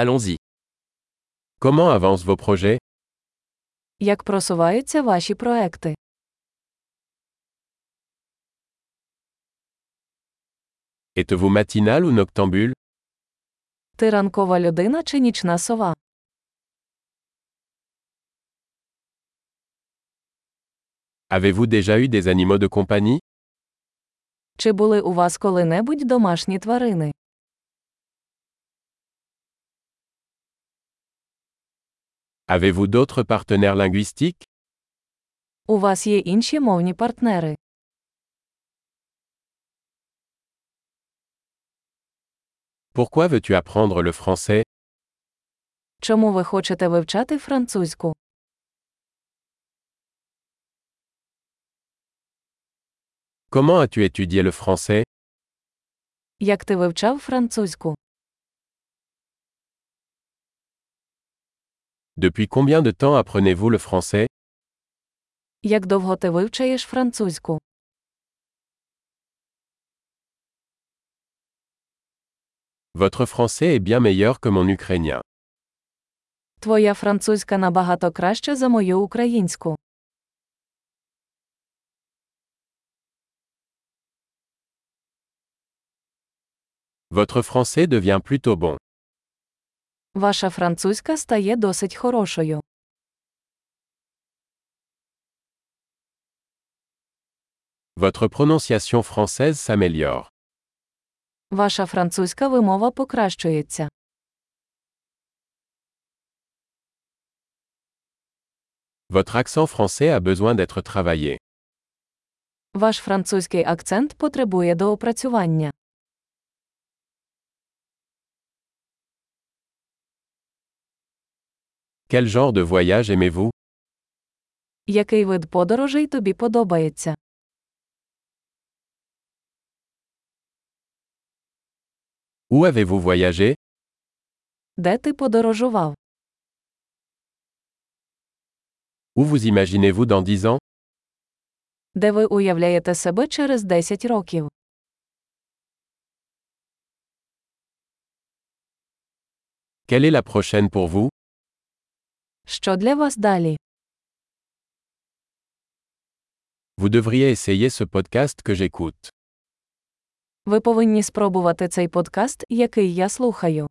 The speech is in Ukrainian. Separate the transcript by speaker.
Speaker 1: Allons-y. Comment avancent vos projets
Speaker 2: Як просуваються ваші проекти?
Speaker 1: Êtes-vous matinal ou noctambule
Speaker 2: Ти ранкова людина чи нічна сова?
Speaker 1: Avez-vous déjà eu des animaux de compagnie
Speaker 2: Чи були у вас коли-небудь домашні тварини?
Speaker 1: Avez-vous d'autres partenaires linguistiques
Speaker 2: У вас є інші мовні партнери.
Speaker 1: Pourquoi veux-tu apprendre le français
Speaker 2: Чому ви хочете вивчати французьку?
Speaker 1: Comment as-tu étudié le français
Speaker 2: Як ти вивчав французьку?
Speaker 1: Depuis combien de temps apprenez-vous le français
Speaker 2: Як довго ти вивчаєш французьку?
Speaker 1: Votre français est bien meilleur que mon ukrainien.
Speaker 2: Твоя французька набагато краще за мою українську.
Speaker 1: Votre français devient plutôt bon.
Speaker 2: Ваша французька стає досить хорошою.
Speaker 1: Votre prononciation française s'améliore.
Speaker 2: Ваша французька вимова покращується.
Speaker 1: Votre accent français a besoin d'être travaillé.
Speaker 2: Ваш французький акцент потребує доопрацювання.
Speaker 1: Quel genre de voyage aimez-vous
Speaker 2: Який вид подорожей тобі подобається?
Speaker 1: Où avez-vous voyagé
Speaker 2: Де ти подорожував?
Speaker 1: Où vous imaginez-vous dans 10 ans
Speaker 2: Де ви уявляєте себе через 10 років?
Speaker 1: Quelle est la prochaine pour vous
Speaker 2: Що для вас далі?
Speaker 1: Vous devriez essayer ce podcast que j'écoute.
Speaker 2: Ви повинні спробувати цей подкаст, який я слухаю.